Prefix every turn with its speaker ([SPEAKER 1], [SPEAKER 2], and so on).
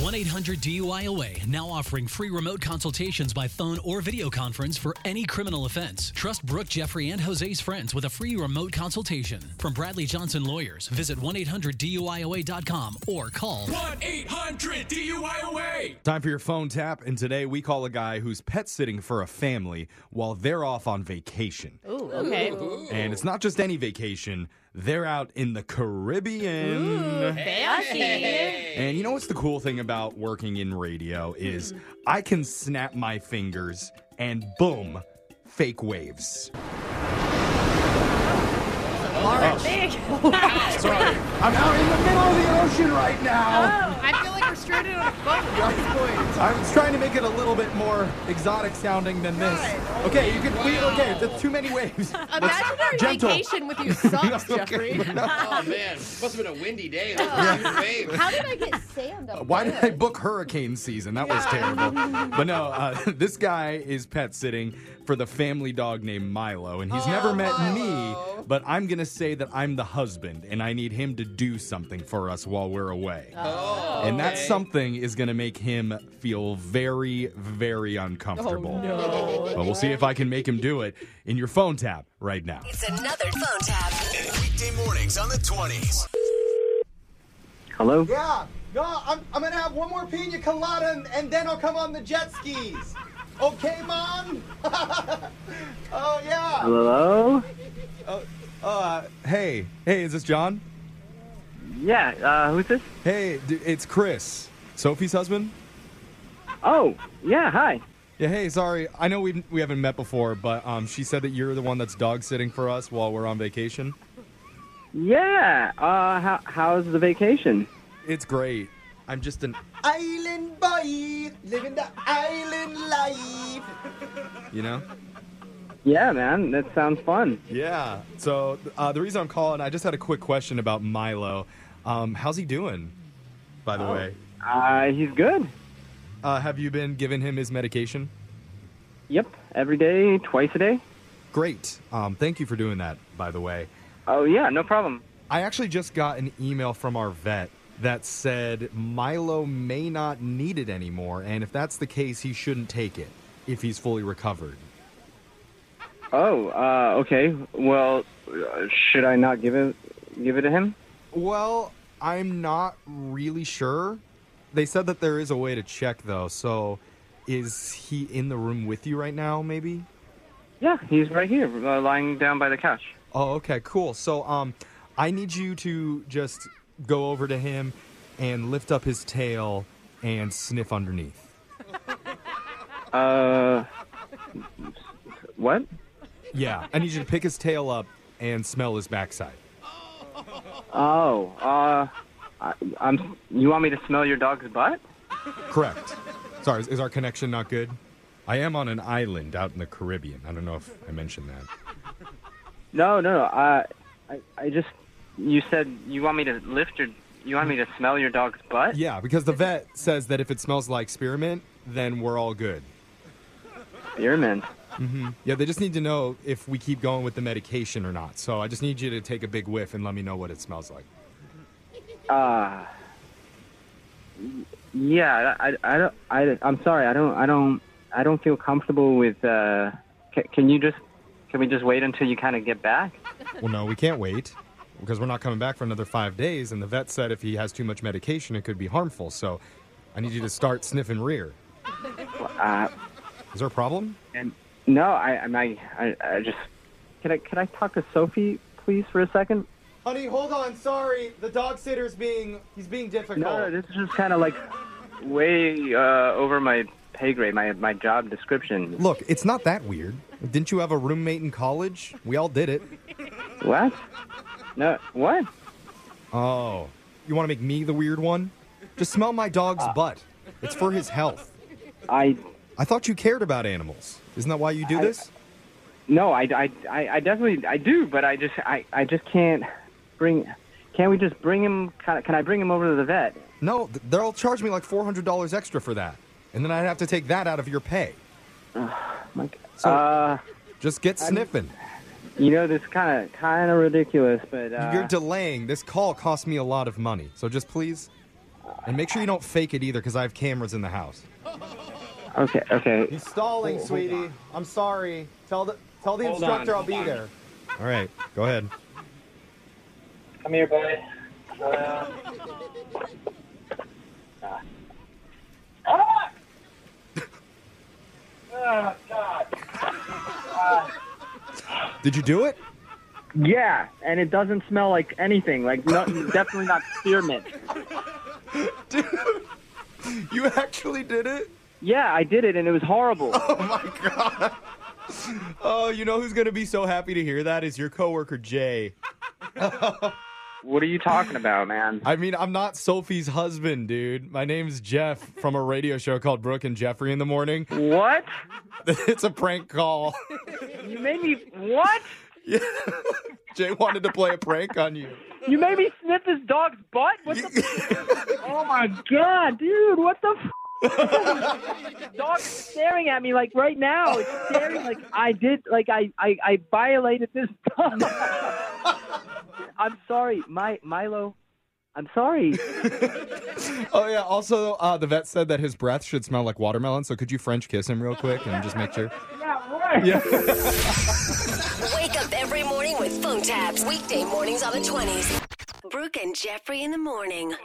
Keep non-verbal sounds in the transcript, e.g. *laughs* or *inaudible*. [SPEAKER 1] 1 800 DUIOA now offering free remote consultations by phone or video conference for any criminal offense. Trust Brooke, Jeffrey, and Jose's friends with a free remote consultation. From Bradley Johnson Lawyers, visit 1 800 DUIOA.com or call
[SPEAKER 2] 1 800 DUIOA.
[SPEAKER 3] Time for your phone tap, and today we call a guy who's pet sitting for a family while they're off on vacation.
[SPEAKER 4] Ooh, okay.
[SPEAKER 3] And it's not just any vacation, they're out in the Caribbean.
[SPEAKER 4] Fancy.
[SPEAKER 3] And you know what's the cool thing about working in radio is I can snap my fingers and boom, fake waves.
[SPEAKER 4] Large. Big.
[SPEAKER 3] Oh. Sorry, I'm out in the middle of the ocean right now.
[SPEAKER 4] I feel like we're stranded on a boat.
[SPEAKER 3] I was trying to make it a little bit more exotic sounding than this. Okay, you can. We, okay, that's too many waves.
[SPEAKER 4] Imagine our
[SPEAKER 3] Gentle.
[SPEAKER 4] vacation with you socks,
[SPEAKER 3] *laughs* Okay.
[SPEAKER 4] Jeffrey.
[SPEAKER 5] Oh man, must have been a windy day. Those were huge waves.
[SPEAKER 6] How did I get sand up
[SPEAKER 3] Why did
[SPEAKER 6] there?
[SPEAKER 3] I book hurricane season? That was terrible. *laughs* But no, uh, this guy is pet sitting for the family dog named Milo, and he's never met me. But I'm gonna say that I'm the husband, and I need him to do something for us while we're away.
[SPEAKER 5] Oh,
[SPEAKER 3] And that
[SPEAKER 5] okay.
[SPEAKER 3] something is gonna make him feel very, very uncomfortable. But we'll see if I can make him do it in your phone tap right now.
[SPEAKER 7] It's another phone tap.
[SPEAKER 8] Weekday mornings on the 20s.
[SPEAKER 9] Hello?
[SPEAKER 10] Yeah, no, I'm, I'm gonna have one more pina colada and, and then I'll come on the jet skis. Okay,
[SPEAKER 3] *laughs*
[SPEAKER 10] mom? oh, yeah.
[SPEAKER 9] Hello?
[SPEAKER 3] Uh, hey, hey, is this John?
[SPEAKER 9] Yeah, uh, who's this?
[SPEAKER 3] Hey, d- it's Chris, Sophie's husband.
[SPEAKER 9] Oh, yeah, hi.
[SPEAKER 3] Yeah, hey, sorry. I know we we haven't met before, but um, she said that you're the one that's dog sitting for us while we're on vacation.
[SPEAKER 9] Yeah, uh, how, how's the vacation?
[SPEAKER 3] It's great. I'm just an,
[SPEAKER 10] Island boy, living the island life.
[SPEAKER 3] you know.
[SPEAKER 9] Yeah, man, that sounds fun.
[SPEAKER 3] Yeah. So uh, the reason I'm calling, I just had a quick question about Milo. Um, how's he doing? By the way,
[SPEAKER 9] Uh, he's good.
[SPEAKER 3] uh, have you been giving him his medication?
[SPEAKER 9] Yep, every day, twice a day.
[SPEAKER 3] Great. Um, thank you for doing that. By the way,
[SPEAKER 9] Oh, yeah, no problem.
[SPEAKER 3] I actually just got an email from our vet that said Milo may not need it anymore, and if that's the case, he shouldn't take it if he's fully recovered.
[SPEAKER 9] Oh, uh, okay. Well, uh, should I not give it, give it to him?
[SPEAKER 3] Well, I'm not really sure. They said that there is a way to check, though, so is he in the room with you right now, maybe?
[SPEAKER 9] Yeah, he's right here, uh, lying down by the couch.
[SPEAKER 3] Oh, okay, cool. So, um, I need you to just go over to him and lift up his tail and sniff underneath.
[SPEAKER 9] Uh, what?
[SPEAKER 3] Yeah, I need you to pick his tail up and smell his backside.
[SPEAKER 9] Oh, uh, I, I'm, you want me to smell your dog's butt?
[SPEAKER 3] Correct. Sorry, is, is our connection not good? I am on an island out in the Caribbean. I don't know if I mentioned that.
[SPEAKER 9] No, no, no. I, I, I just. You said you want me to lift your. You want me to smell your dog's butt?
[SPEAKER 3] Yeah, because the vet says that if it smells like spearmint, then we're all good.
[SPEAKER 9] Spearmint.
[SPEAKER 3] Yeah, they just need to know if we keep going with the medication or not. So I just need you to take a big whiff and let me know what it smells like.
[SPEAKER 9] Uh. Yeah, I, I, I don't. I, I'm sorry. I don't. I don't. I don't feel comfortable with. Uh, can, can you just? Can we just wait until you kind of get back?
[SPEAKER 3] Well, no, we can't wait because we're not coming back for another five days. And the vet said if he has too much medication, it could be harmful. So I need you to start sniffing rear.
[SPEAKER 9] Uh,
[SPEAKER 3] Is there a problem?
[SPEAKER 9] and no, I, I'm- I, I, I just. Can I, can I talk to Sophie, please, for a second?
[SPEAKER 10] Honey, hold on. Sorry, the dog sitter's being he's being difficult.
[SPEAKER 9] No, no, this is just kind of like way uh, over my pay grade, my my job description.
[SPEAKER 3] Look, it's not that weird. Didn't you have a roommate in college? We all did it.
[SPEAKER 9] What? No, what?
[SPEAKER 3] Oh, you want to make me the weird one? Just smell my dog's
[SPEAKER 9] Ah.
[SPEAKER 3] butt. It's for his health.
[SPEAKER 9] I
[SPEAKER 3] I thought you cared about animals. Isn't that why you do
[SPEAKER 9] I-
[SPEAKER 3] this?
[SPEAKER 9] no, I, I, I, I definitely I do, but I just I, I just can't bring. Can't we just bring him? Can I- can I bring him over to the vet?
[SPEAKER 3] No, th- they'll charge me like $400 extra for that. And then I'd have to take that out of your pay.
[SPEAKER 9] Like,
[SPEAKER 3] So-
[SPEAKER 9] uh,
[SPEAKER 3] Just get sniffing.
[SPEAKER 9] you know, this kind of kind of ridiculous, but uh,
[SPEAKER 3] You're delaying. This call cost me a lot of money. So just please And make sure you don't fake it either, because I have cameras in the house.
[SPEAKER 9] Okay, okay.
[SPEAKER 10] He's stalling, sweetie. I'm sorry. Tell the tell the
[SPEAKER 5] Hold on,
[SPEAKER 10] instructor I'll
[SPEAKER 5] hold
[SPEAKER 10] be
[SPEAKER 5] on.
[SPEAKER 10] there.
[SPEAKER 3] All right, go ahead.
[SPEAKER 9] Come here, buddy. uh, ah!
[SPEAKER 3] Did you do it?
[SPEAKER 9] Yeah, and it doesn't smell like anything. Like no, definitely not spearmint.
[SPEAKER 3] You actually did it?
[SPEAKER 9] Yeah, I did it, and it was horrible.
[SPEAKER 3] Oh, you know who's gonna be so happy to hear that is your coworker Jay.
[SPEAKER 9] What are you talking about, man?
[SPEAKER 3] I mean, I'm not Sophie's husband, dude. My name's Jeff from a radio show called Brooke and Jeffrey in the Morning. *laughs*
[SPEAKER 9] What?
[SPEAKER 3] It's a prank call. *laughs*
[SPEAKER 9] You made me what?
[SPEAKER 3] Jay wanted to play a prank on you.
[SPEAKER 9] You made me sniff this dog's butt? What the? *laughs* oh my god, dude! What the? F- dog is staring at me like right now. It's staring like I did, like I I, I violated this *laughs* dog. I'm sorry, my Milo. I'm sorry.
[SPEAKER 3] Oh yeah. Also, uh, the vet said that his breath should smell like watermelon. So could you French kiss him real quick and just make sure?
[SPEAKER 9] Yeah, right.
[SPEAKER 6] *laughs* Wake up every morning with phone taps. Weekday mornings on the 20s. Brooke and Jeffrey in the morning.